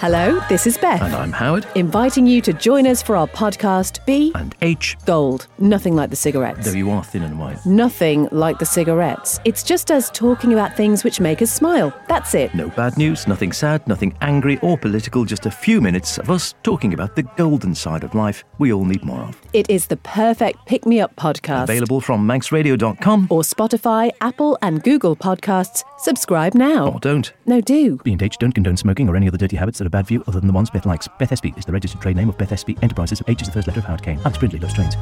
Hello, this is Beth. And I'm Howard. Inviting you to join us for our podcast B And H, Gold. Nothing like the cigarettes. though you are thin and white. Nothing like the cigarettes. It's just us talking about things which make us smile. That's it. No bad news, nothing sad, nothing angry or political, just a few minutes of us talking about the golden side of life we all need more of. It is the perfect pick me up podcast. Available from manxradio.com Or Spotify, Apple, and Google podcasts. Subscribe now. or don't. No, do. B and H don't condone smoking or any other dirty habits that are bad for you other than the ones Beth likes. Beth SB is the registered trade name of Beth SB Enterprises. H is the first letter of Howard Kane. Alex Brindley loves trains.